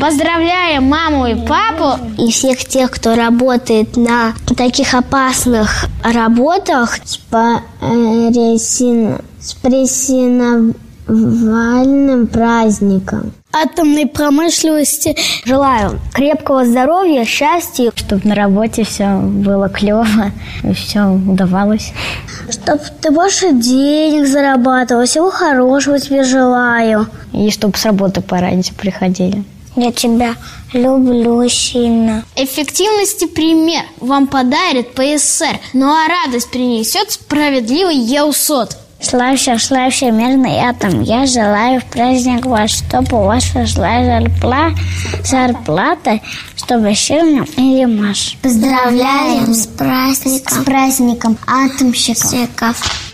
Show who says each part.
Speaker 1: Поздравляем маму и папу.
Speaker 2: И всех тех, кто работает на таких опасных работах, с паресин- с прессиновальным праздником.
Speaker 1: Атомной промышленности.
Speaker 2: Желаю крепкого здоровья, счастья,
Speaker 3: Чтобы на работе все было клево, все удавалось.
Speaker 2: чтобы ты больше денег зарабатывал. Всего хорошего тебе желаю.
Speaker 3: И чтобы с работы пораньше приходили.
Speaker 2: Я тебя люблю сильно.
Speaker 1: Эффективности пример вам подарит ПСР, ну а радость принесет справедливый еусот.
Speaker 2: Славься, славься, мирный атом. Я желаю в праздник вас, чтобы у вас росла зарплата, зарплата чтобы сильно или маш.
Speaker 4: Поздравляем с праздником. С праздником атомщиков.